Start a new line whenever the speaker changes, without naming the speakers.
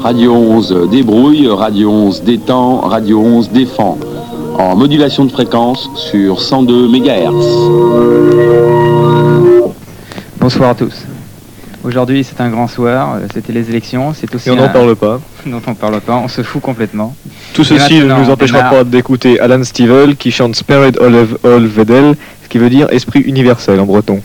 Radio 11 débrouille, Radio 11 détend, Radio 11 défend. En modulation de fréquence sur 102 MHz.
Bonsoir à tous. Aujourd'hui, c'est un grand soir, euh, c'était les élections, c'est aussi.
Et on n'en un... parle pas.
dont on parle pas, on se fout complètement.
Tout ceci ne nous empêchera démarre... pas d'écouter Alan Stivell qui chante Spirit All Vedel, ce qui veut dire esprit universel en breton.